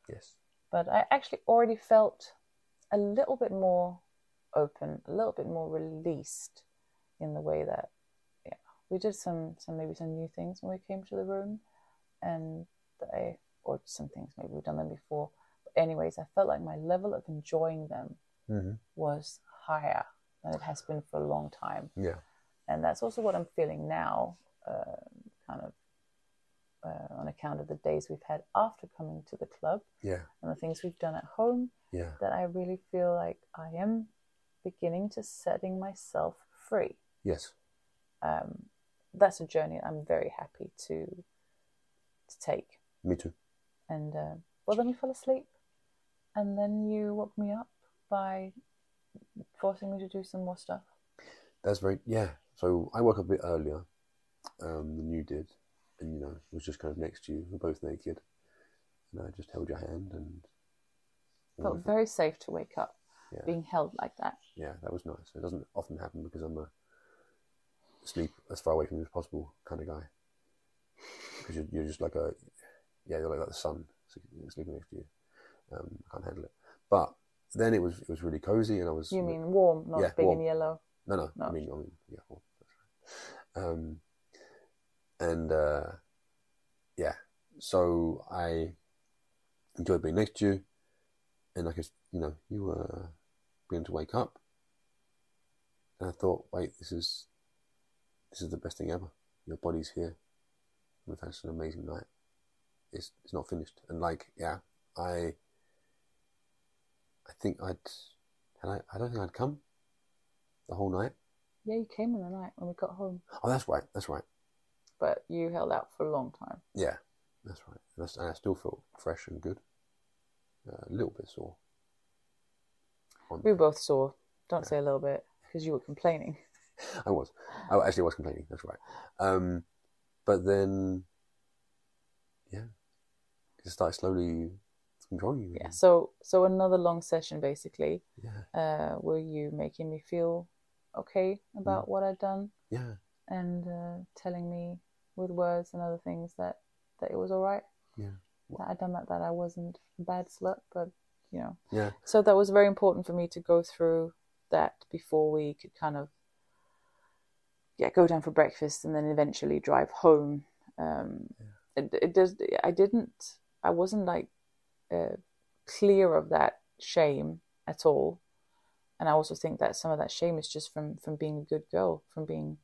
Yes, But I actually already felt a little bit more open, a little bit more released in the way that, yeah, we did some some maybe some new things when we came to the room and that I, or some things maybe we've done them before. But anyways, I felt like my level of enjoying them Mhm. Mm-hmm. was higher than it has been for a long time, yeah, and that's also what I'm feeling now, uh, kind of uh, on account of the days we've had after coming to the club yeah, and the things we've done at home. yeah, That I really feel like I am beginning to setting myself free. yes, Um, that's a journey I'm very happy to to take me too. and uh, well, then we fell asleep, and then you woke me up by forcing me to do some more stuff. That's very yeah. So I woke up a bit earlier um, than you did, and you know was just kind of next to you. We We're both naked, and I just held your hand, and and I Felt very safe to wake up, Mm-hmm. Yeah. being held like that. thought, yeah, that was nice. It doesn't often happen because I'm a sleep as far away from you as possible kind of guy. Because you're, you're just like a yeah, you're like, the sun sleep- sleeping next to you. Um, I can't handle it. But then it was it was really cozy, and I was You mean warm, not Yeah, big warm. and yellow. No, no. I No. mean, I mean, yeah, well, that's right. Um, and uh, yeah, so I enjoyed being next to you, and I could, you know, you were beginning to wake up, and I thought, wait, this is this is the best thing ever. Your body's here. We've had such an amazing night. It's it's not finished, and like, yeah, I I think I'd had I I don't think I'd come the whole night. Yeah, you came in the night when we got home, Oh, that's right. That's right. but you held out for a long time. Yeah, that's right. And I, s- and I still feel fresh and good. Uh, a little bit sore. On- We were both sore. Don't say a little bit because you were complaining. I was. I actually was complaining. That's right. Um, but then, yeah, it just started slowly controlling you. Yeah. again. So, so another long session basically. Yeah. Uh, were you making me feel okay about what I'd done? Yeah. and uh, telling me with words and other things that, that it was all right. Yeah. That I'd done that, that I wasn't a bad slut, but you know. Yeah. So that was very important for me to go through that before we could kind of yeah go down for breakfast and then eventually drive home. Um, it, it does. I didn't. I wasn't like uh, clear of that shame at all, and I also think that some of that shame is just from from being a good girl, from being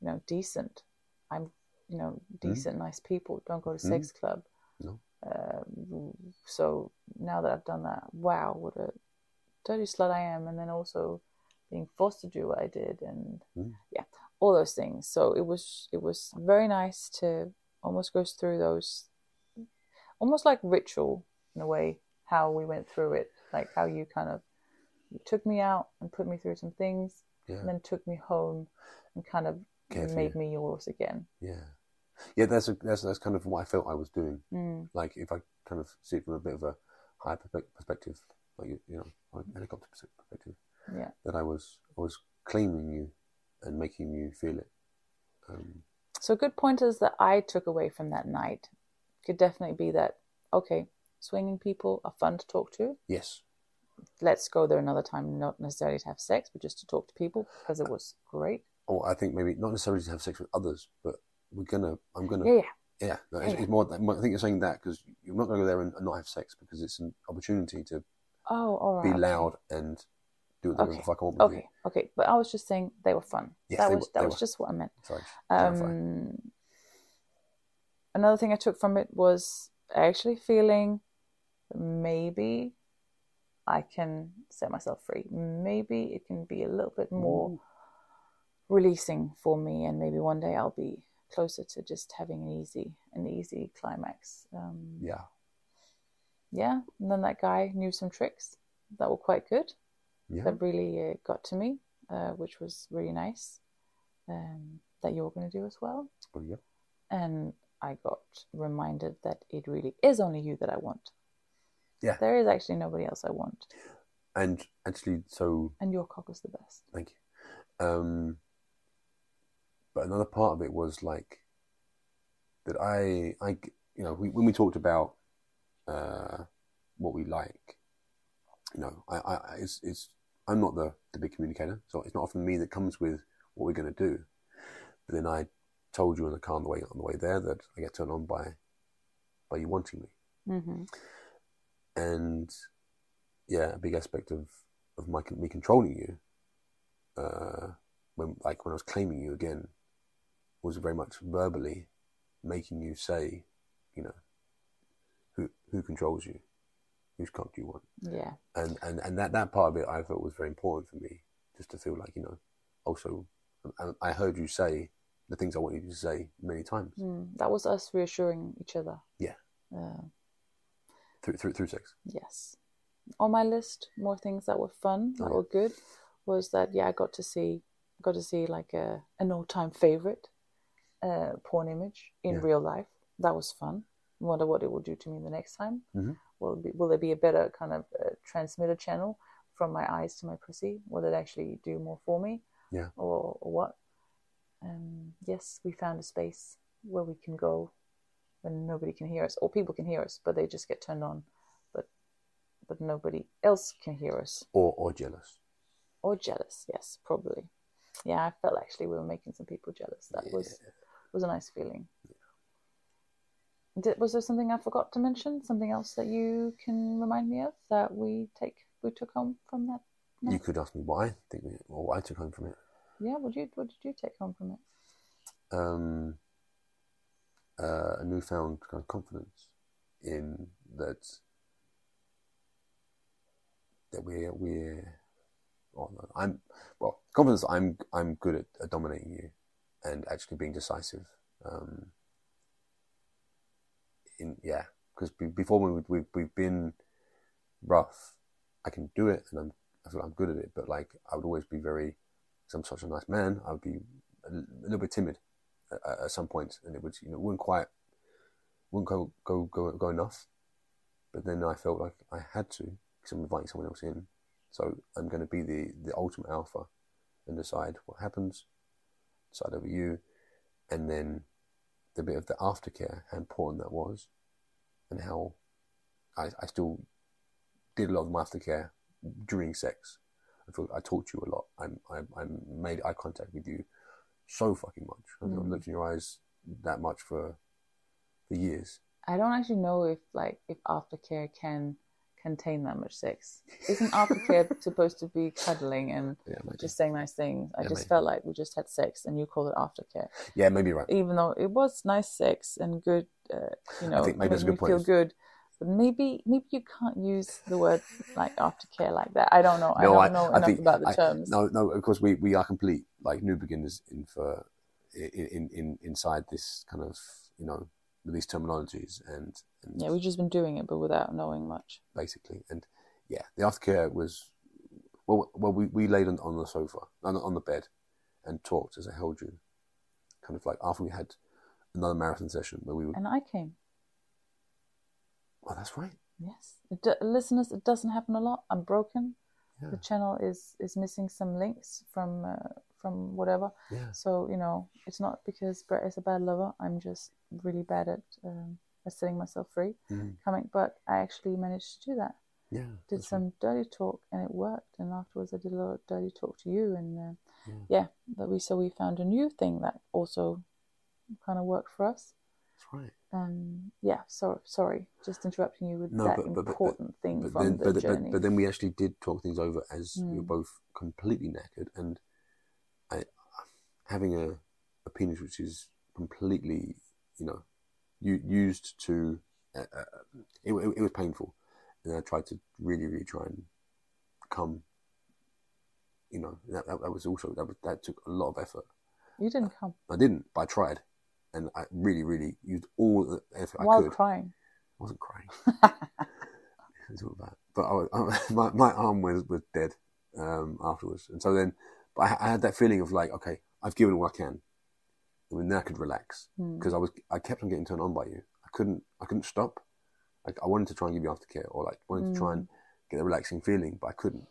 you know decent. I'm you know decent, nice people. Don't go to sex club. No. Um, so now that I've done that, wow, what a dirty slut I am, and then also being forced to do what I did, and Mm. yeah, all those things. So it was it was very nice to almost go through those, almost like ritual in a way, how we went through it, like how you kind of you took me out and put me through some things, Yeah. and then took me home and kind of Cared for made me yours again. Yeah. Yeah. That's a, that's that's kind of what I felt I was doing. Mm. Like if I kind of see it from a bit of a higher perspe- perspective, like you, you know, like helicopter perspective. Yeah, that I was I was claiming you and making you feel it Um, So good pointers that I took away from that night could definitely be that okay, swinging people are fun to talk to. yes, Let's go there another time, not necessarily to have sex, but just to talk to people because it was great. or Oh, I think maybe not necessarily to have sex with others, but we're gonna. I'm gonna. Yeah, Yeah, yeah, no, it's, it's more. I think you're saying that because you're not gonna go there and, and not have sex because it's an opportunity to Oh, all be right. loud and do whatever Okay. the fuck I want with you. Okay, okay. But I was just saying they were fun. Yes, that they was were- that they was were. just what I meant. Sorry, clarify. Um, another thing I took from it was actually feeling maybe I can set myself free. Maybe it can be a little bit more releasing for me, and maybe one day I'll be closer to just having an easy an easy climax. Um, yeah, yeah, and then that guy knew some tricks that were quite good Mm-hmm. yeah. that really uh, got to me, uh, which was really nice. Um, that you're going to do as well, Well, yeah. and I got reminded that it really is only you that I want. Yeah. there is actually nobody else I want, And actually, so and your cock was the best. thank you. Um, but another part of it was like that I, I, you know, we, when we talked about uh, what we like, you know, I, I, I- it's, it's, I'm not the the big communicator, so it's not often me that comes with what we're going to do. But then I told you in the car on the way on the way there that I get turned on by by you wanting me. Mm-hmm. and yeah, a big aspect of of my me controlling you, uh, when like when I was claiming you again, was very much verbally making you say, you know, who who controls you, whose cock do you want, Yeah, and and and that that part of it I felt was very important for me, just to feel like you know, also, and I heard you say the things I wanted you to say many times Mm, that was us reassuring each other. Yeah. Uh, through through through sex. yes. On my list, more things that were fun, that Oh, yeah. were good, was that yeah, I got to see, got to see like a an all time favorite, uh, porn image in Yeah. real life. That was fun. Wonder what it will do to me the next time. Mhm. Will it be, will there be a better kind of uh, transmitter channel from my eyes to my pussy? Will it actually do more for me? Yeah. Or, or what? Um, yes, we found a space where we can go when nobody can hear us, or people can hear us, but they just get turned on, but but nobody else can hear us Or, or jealous. or jealous. Yes, probably. Yeah, I felt actually we were making some people jealous. That was was a nice feeling. Did, was there something I forgot to mention? Something else that you can remind me of that we take we took home from that? You could ask me why I think, we- or what I took home from it. Yeah, what did you what did you take home from it? um, uh, a newfound kind of confidence in that that we're we're oh, no, I'm well confidence that I'm I'm good at, at dominating you and actually being decisive. Um, in yeah, because be, before when we've, we've we've been rough, I can do it and I'm I feel I'm good at it, but like I would always be very. 'cause I'm such a nice man. I would be a l- a little bit timid at, at some points, and it would you know wouldn't quite wouldn't go go go go enough. But then I felt like I had to because I'm inviting someone else in, so I'm going to be the the ultimate alpha, and decide what happens, decide over you, and then the bit of the aftercare how important that was, and how I, I still did a lot of my aftercare during sex. I feel I talked to you a lot. I I, I made eye contact with you so fucking much. I think I've Mm. looked in your eyes that much for for years. I don't actually know if like if aftercare can contain that much sex. Isn't aftercare supposed to be cuddling and Yeah, maybe. just saying nice things? I Yeah, just mate. felt like we just had sex, and you call it aftercare, yeah, maybe you're right. even though it was nice sex and good. Uh, you know, think maybe made that's a good me point. feel good. But maybe maybe you can't use the word like aftercare like that. I don't know. No, I I- don't know I enough think- about the I- terms. No, no. Of course, we, we are complete like new beginners in for in, in, in inside this kind of you know with these terminologies and, and Yeah, we've just been doing it, but without knowing much. basically. And yeah, the aftercare was well. Well, we, we laid on, on the sofa, on, on the bed, and talked as I held you, kind of like after we had another marathon session where we were. And I came. Oh, that's right. Yes, it do- listeners, it doesn't happen a lot. I'm broken. Yeah. The channel is is missing some links from uh, from whatever. Yeah. So you know, it's not because Brett is a bad lover. I'm just really bad at um, at setting myself free. Mm. Coming, but I actually managed to do that. Yeah. Did that's some dirty talk and it worked. And afterwards, I did a lot of dirty talk to you. And uh, Yeah. yeah, but we so we found a new thing that also kind of worked for us. right. Um, yeah, so, sorry, just interrupting you with No, that but- but- but- but- important thing But from then, the but, journey. but, but then we actually did talk things over as we were Mm. both completely knackered, and I, having a, a penis which is completely, you know, u- used to, uh, uh, it, wa- it was painful, and I tried to really, really try and come. You know, that, that, that was also that was, that took a lot of effort. you didn't come I didn't, but I tried, and I really, really used all the effort I while could. crying. I wasn't crying. it's all that. But I was, I, *laughs* my, my arm was, was dead um, afterwards. And so then, but I, I had that feeling of like, okay, I've given all I can. I mean, now I could relax Hmm. because I was, I kept on getting turned on by you. I couldn't, I couldn't stop. Like, I wanted to try and give you aftercare or like wanted to try and get the relaxing feeling, but I couldn't.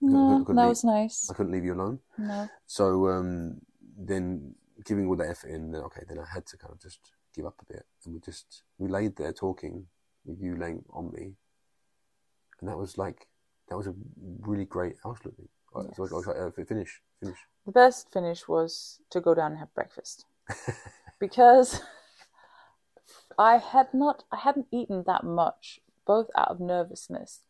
No, couldn't that leave. was nice. I couldn't leave you alone. No, So um, then giving all that effort in, then, okay, then I had to kind of just give up a bit. And we just, we laid there talking with you laying on me. And that was like, that was a really great outlook. I was Yes. I was like, uh, finish, finish. the best finish was to go down and have breakfast because I had not, I hadn't eaten that much, both out of nervousness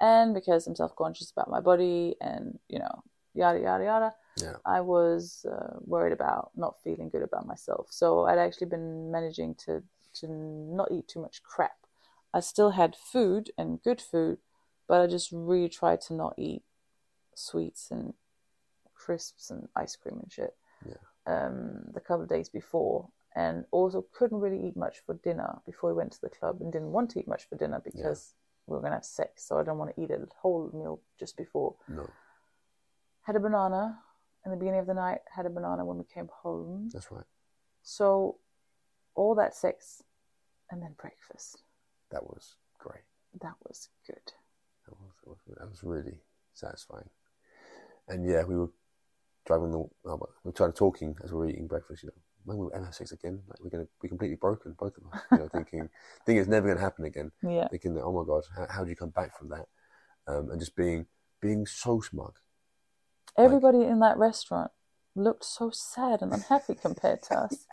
and because I'm self-conscious about my body and you know yada yada yada. Yeah. I was uh, worried about not feeling good about myself, so I'd actually been managing to to not eat too much crap. I still had food and good food, but I just really tried to not eat sweets and crisps and ice cream and shit. Yeah. Um, the couple of days before, and also couldn't really eat much for dinner before we went to the club, and didn't want to eat much for dinner because we were gonna have sex, so I don't want to eat a whole meal just before. No, Had a banana in the beginning of the night. Had a banana when we came home. that's right. So all that sex, and then breakfast. That was great. That was good. That was, that was, that was really satisfying. And yeah, we were driving the, oh, well, we were trying to talking as we were eating breakfast, you know. When we have sex again, like we're gonna be completely broken, both of us. You know, thinking, *laughs* thinking it's never gonna happen again. Yeah. thinking that oh my god how, how do you come back from that um, and just being being *gasps* so smug Everybody in that restaurant looked so sad and unhappy compared to us.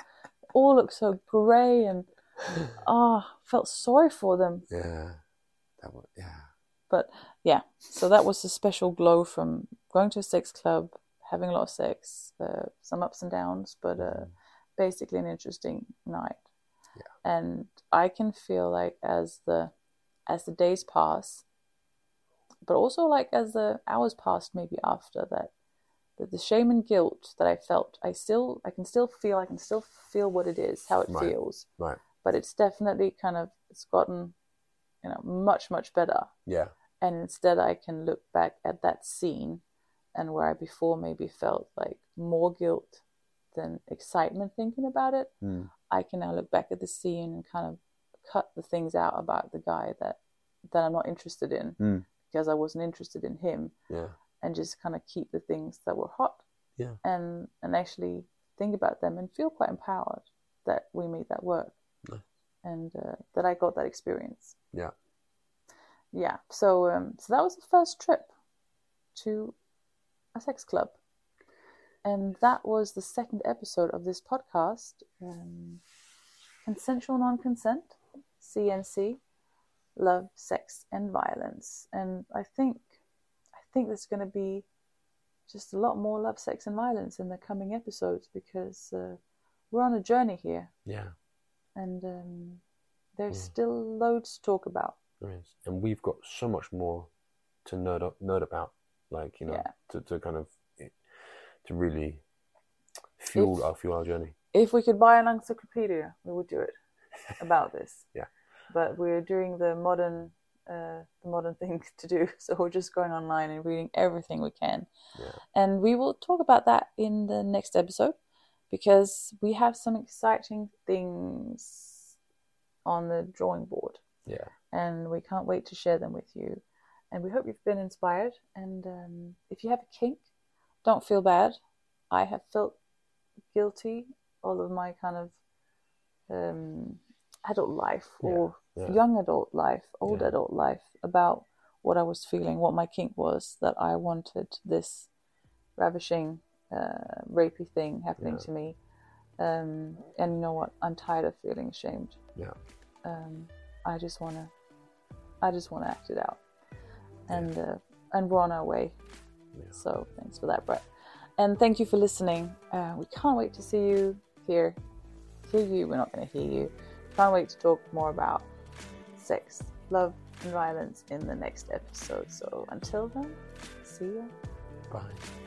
All looked so grey and ah, felt sorry for them. yeah that was yeah but yeah so that was the special glow from going to a sex club having a lot of sex uh, some ups and downs but uh, basically an interesting night and i can feel like as the as the days pass but also like as the hours passed maybe after that that the shame and guilt that i felt i still i can still feel i can still feel what it is how it Right. feels right but it's definitely kind of it's gotten you know much much better yeah and instead I can look back at that scene and where I before maybe felt like more guilt than excitement thinking about it, Mm. I can now look back at the scene and kind of cut the things out about the guy that that I'm not interested in Mm. because I wasn't interested in him yeah and just kind of keep the things that were hot Yeah. and and actually think about them and feel quite empowered that we made that work Nice. and uh, that I got that experience Yeah. yeah so um, so that was the first trip to a sex club and that was the second episode of this podcast um, consensual non-consent CNC love sex and violence and I think I think there's going to be just a lot more love, sex, and violence in the coming episodes because uh, we're on a journey here, yeah and um, there's Mm. still loads to talk about. there is and we've got so much more to nerd up, nerd about like you know Yeah. to, to kind of eh, to really fuel If- our fuel our journey If we could buy an encyclopedia, we would do it about this. *laughs* Yeah. but we're doing the modern, uh, the modern *laughs* thing to do, so we're just going online and reading everything we can. yeah And we will talk about that in the next episode because we have some exciting things on the drawing board. yeah and we can't wait to share them with you. And we hope you've been inspired. And um, if you have a kink, don't feel bad. I have felt guilty all of my kind of um, adult life Yeah, or yeah. young adult life, old Yeah. adult life about what I was feeling, what my kink was, that I wanted this ravishing, uh, rapey thing happening Yeah. to me. Um, and you know what? I'm tired of feeling ashamed. Yeah. Um, I just wanna, I just wanna act it out, and uh, and we're on our way. Yeah. So thanks for that, Brett. And thank you for listening. Uh, we can't wait to see you here. Hear you. We're not going to hear you. Can't wait to talk more about sex, love, and violence in the next episode. So until then, see you. Bye.